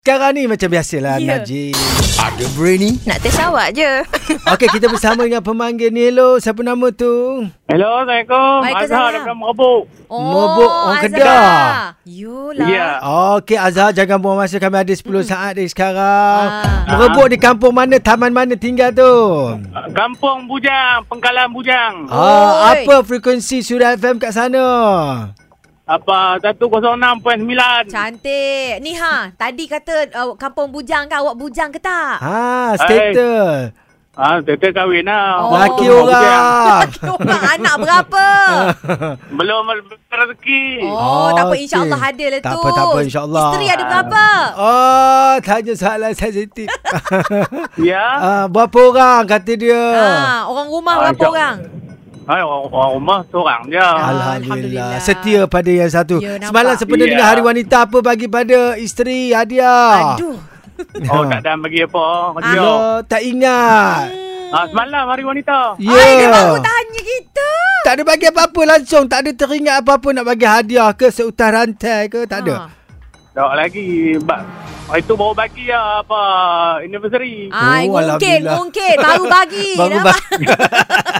Sekarang ni macam biasalah yeah. Ya. Najib. Ada berani? Nak test awak je. Okey, kita bersama dengan pemanggil ni. Hello, siapa nama tu? Hello, Assalamualaikum. Waalaikumsalam. Azhar daripada Merabuk. Oh, Mabuk orang Azhar. Kedah. Yolah. Ya. Okey, Azhar jangan buang masa. Kami ada 10 saat dari sekarang. Hmm. Ah. Merebut di kampung mana, taman mana tinggal tu? Kampung Bujang, Pengkalan Bujang. Oh, ah, Oi. apa frekuensi Suria FM kat sana? Apa 106.9. Cantik. Ni ha, tadi kata uh, kampung bujang kan awak bujang ke tak? Ha, status. Ah, tete kahwin lah. Oh. Laki Kampung Bujang. orang. Korang anak berapa? Belum rezeki. Oh, Oh, tak apa okey. insya-Allah ada lah Tak tu. apa, tak apa, insyaAllah. Isteri ada berapa? Oh, tanya soalan sensitif. Ya. ah, berapa orang kata dia? Ha, orang rumah Ah, berapa insya- orang? Hai, orang, orang rumah seorang je. Alhamdulillah. Ah, Alhamdulillah. Setia pada yang satu. Ya, nampak. Semalam sempena Ya. dengan Hari Wanita apa bagi pada isteri hadiah? Aduh. Oh, tak ada bagi apa. Ya, Ah. tak ingat. Ah, semalam hari wanita. Ya. Yeah. Ah. Ai, dia baru tanya kita. Tak ada bagi apa-apa langsung. Tak ada teringat apa-apa nak bagi hadiah ke seutas rantai ke. Tak Ah. ada. Tak lagi. Ba- itu baru bagi ya, apa anniversary. Ha. Ai, Oh, mungkin, Alhamdulillah. mungkin baru bagi. Baru Eh, nampak? bagi.